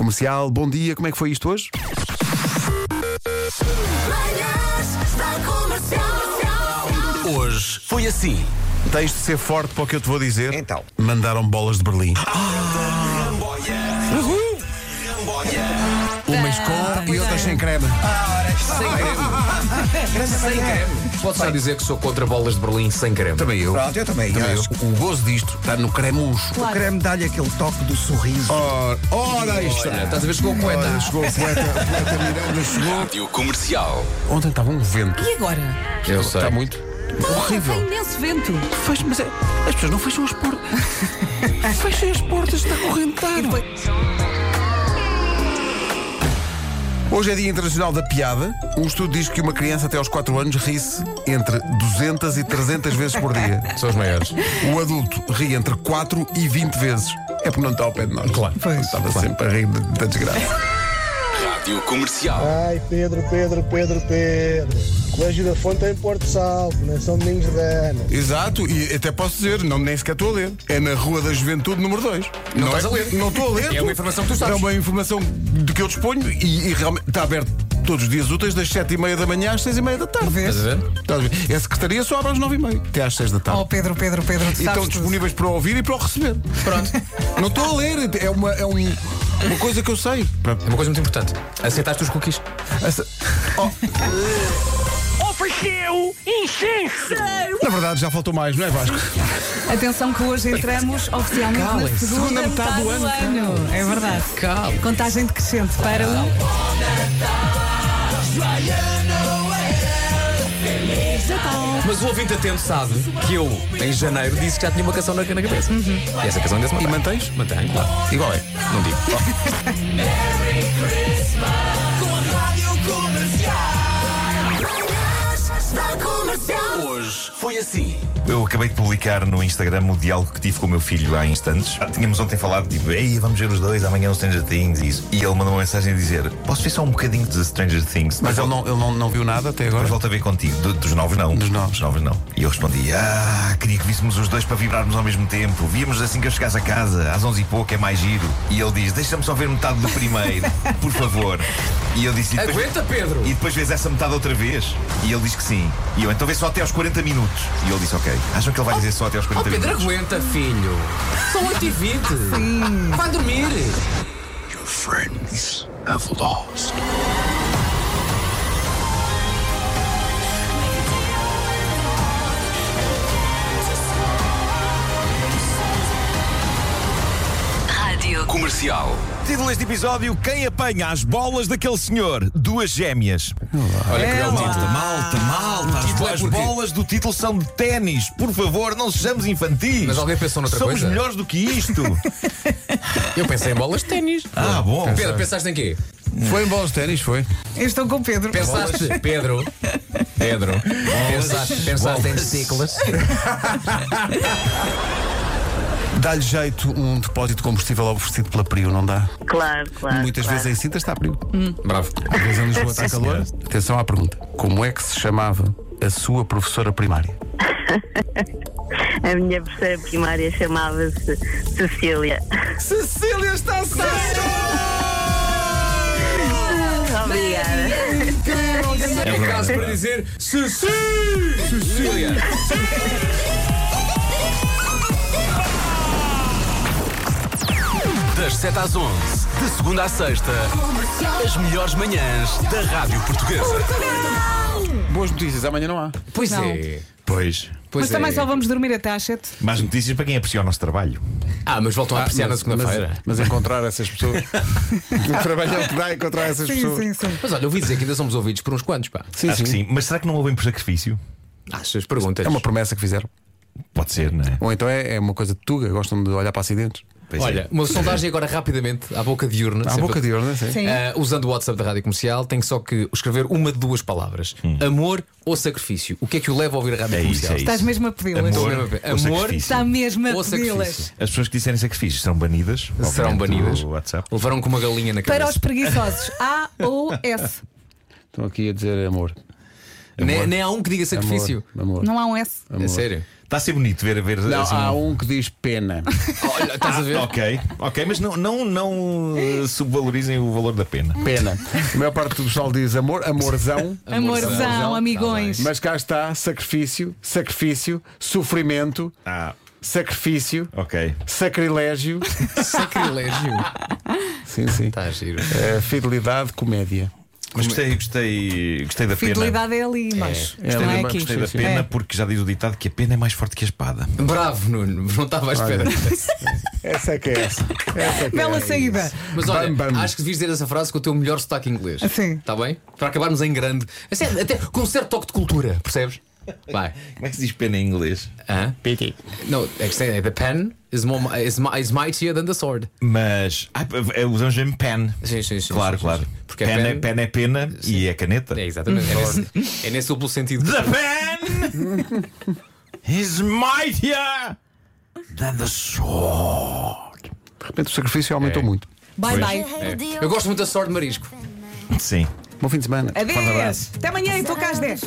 Comercial, bom dia, como é que foi isto hoje? Manhãs da Comercial. Hoje foi assim. Tens de ser forte para o que eu te vou dizer. Então. Mandaram bolas de Berlim. Umas com e outras sem creme. Ah, Sem creme. Sem creme. Posso só dizer que sou contra bolas de Berlim sem creme. Também eu. Pronto, eu também. Também eu. acho que O gozo disto está no cremucho. o creme dá-lhe aquele toque do sorriso. Ora, ora aí Olha, está. estás a ver, chegou o poeta. Ora, Chegou o poeta, o poeta Miranda chegou. Rádio Comercial. Ontem estava um vento. E agora? Eu sei. Está muito. Tem Horrível. imenso vento. Fez, mas é, as pessoas não fecham as portas. fecham as portas, está correntado. Hoje é Dia Internacional da Piada. Um estudo diz que uma criança até aos 4 anos ri-se entre 200 e 300 vezes por dia. São os maiores. O adulto ri entre 4 e 20 vezes. É porque não está ao pé de nós. Claro. Estava sempre a rir da- da desgraça. Rádio Comercial. Ai, Pedro, Pedro, Pedro, Pedro. Colégio da Fonte em Porto Salvo, na São Domingos da Ana. Exato, e até posso dizer, não, nem sequer estou a ler. É na Rua da Juventude número 2. Não, estás é- a ler. Não estou a ler. É uma informação que tu sabes. É uma informação de que eu disponho e, e realmente está aberto todos os dias úteis, das 7h30 da manhã às 6h30 da tarde. Estás a ver? Estás a ver? E A secretaria só abre às 9h30, até às 6 da tarde. Oh, Pedro, Pedro, Pedro, tu e estão sabes tudo. disponíveis para ouvir e para o receber. Pronto. Não estou a ler, é uma, é um- uma coisa que eu sei. É uma coisa muito importante. Aceitaste os cookies? Oh. Na verdade, já faltou mais, não é Vasco? Atenção que hoje entramos oficialmente na Calem-se. segunda, metade do ano. É verdade. Calma. Contagem decrescente para um. tá. o. Mas o ouvinte atento sabe que eu, em janeiro, disse que já tinha uma canção na, na cabeça. E essa canção ainda se mantém. Uhum. E mantens? Mantém, claro. Igual é. Não digo. Manhãs da Comercial. Hoje foi assim. Eu acabei de publicar no Instagram o diálogo que tive com o meu filho há instantes. Ah, Tínhamos ontem falado, tipo, ei, vamos ver os dois, amanhã os Stranger Things e isso. E ele mandou uma mensagem a dizer: Posso ver só um bocadinho de Stranger Things? Mas ele não, ele não, não viu nada até agora. Mas volto a ver contigo. Do- dos novos não. Dos novos. não. E eu respondi: Ah, queria que víssemos os dois para vibrarmos ao mesmo tempo. Víamos assim que eu chegasse a casa, às 11 e pouco, é mais giro. E ele diz: Deixa-me só ver metade do primeiro, por favor. E eu disse: "E depois- Aguenta, Pedro! e depois vês essa metade outra vez? E ele diz que sim. E eu, então vê só até aos 40 minutos. E ele disse, ok. Acham que ele vai dizer só até aos Oh, 40 Pedro, minutos? aguenta, filho. São 8 e 20. Vai dormir. Friends have lost. Comercial. Título deste episódio: Quem apanha as bolas daquele senhor? Duas gêmeas. Olha que belo título. Malta, malta. As, título é as porquê? bolas do título são de ténis. Por favor, não sejamos infantis. Mas alguém pensou noutra Somos coisa? melhores do que isto. Eu pensei em bolas de ténis. ah, bom. Pedro, pensaste em quê? Foi em bolas de ténis, foi. Eu estou com o Pedro. Pensaste, Pedro. Pedro. Pensaste, pensaste em testículas. Dá-lhe jeito um depósito de combustível oferecido pela Prio, não dá? Claro, claro. Muitas Ah, claro. vezes em Sinta está a Prio. Bravo. Às vezes em Lisboa está calor. Atenção à pergunta. Como é que se chamava a sua professora primária? A minha professora primária chamava-se Cecília. Cecília está Obrigada. É o caso para dizer Ceci! Cecília! Das 7 às 11, de segunda à sexta, as melhores manhãs da Rádio Portuguesa. Boas notícias, amanhã não há. Pois Não. é. Pois. Pois Mas também é. só vamos dormir até às 7. Mais notícias para quem aprecia o nosso trabalho. Ah, mas voltam a apreciar na Mas- segunda-feira. Mas, mas encontrar essas pessoas. o trabalho é o que dá encontrar essas pessoas. Sim, sim, sim. Mas olha, eu ouvi dizer que ainda somos ouvidos por uns quantos, pá. Acho que sim. Mas será que não ouvem por sacrifício? Achas? Ah, Perguntas. É uma promessa que fizeram. Pode ser, não é? Ou então é, é uma coisa de tuga, gostam de olhar para acidentes. Pois é. Olha, uma sondagem agora rapidamente, à boca de urna. À sempre- boca de ouro, não é? Sim. Ah, usando o WhatsApp da Rádio Comercial, tem só que escrever uma de duas palavras: amor ou sacrifício. O que é que o leva a ouvir a Rádio É isso, Comercial? é isso. Estás mesmo a pedi-las. Estou Amor, mesmo a ver. ou Amor, sacrifício? Está mesmo Ou a pedi-las. sacrifício. As pessoas que disserem sacrifícios serão banidas. Serão obviamente, banidas. do WhatsApp. Levaram com uma galinha na Para cabeça. os preguiçosos, A ou S. Estão aqui a dizer amor. Nem, nem há um que diga sacrifício. Amor, amor, Não há um S. amor. É sério. Está a ser bonito ver. ver Não, assim, há um que diz pena. Olha, estás a ver? Ah, Ok, ok, mas não, não, não eh, subvalorizem o valor da pena. Pena. A maior parte do pessoal diz amor, amorzão. Amorzão, Tá amigões. Mas cá está, sacrifício, sacrifício, sofrimento, Ah, sacrifício, ok. sacrilégio. Sacrilégio. Sim, sim. Está giro. Eh, fidelidade, comédia. Mas gostei, é? gostei, gostei da pena. Fidelidade é ali, mas É, não é lembra- aqui. Gostei da Sim, sim. pena É. porque já diz o ditado que a pena é mais forte que a espada. Bravo, Nuno. Não estava à espera. Essa é que é essa. Essa é que Bela é. saída. Mas olha, Bam, bam. acho que devias dizer essa frase com o teu melhor sotaque inglês. Sim. Está bem? Para acabarmos em grande. Assim, até com um certo toque de cultura, percebes? Vai. Como é que se diz pena em inglês? Hã? Não, é que é, the pen is, more, is, mi- is mightier than the sword. Mas ah, eh, usamos mesmo pen. Sim, sim, sim, Claro, sim, claro. sim. Porque a pen, pen- é, pen é pena e é caneta. É exatamente. É nesse, é nesse duplo sentido. The pen is mightier than the sword. Portanto, o sacrifício aumentou muito. Bye bye. Eu gosto muito da sword de marisco. Sim. Bom fim de semana. É. Forte abraço. Adeus. Até amanhã, estou então, cá às 10.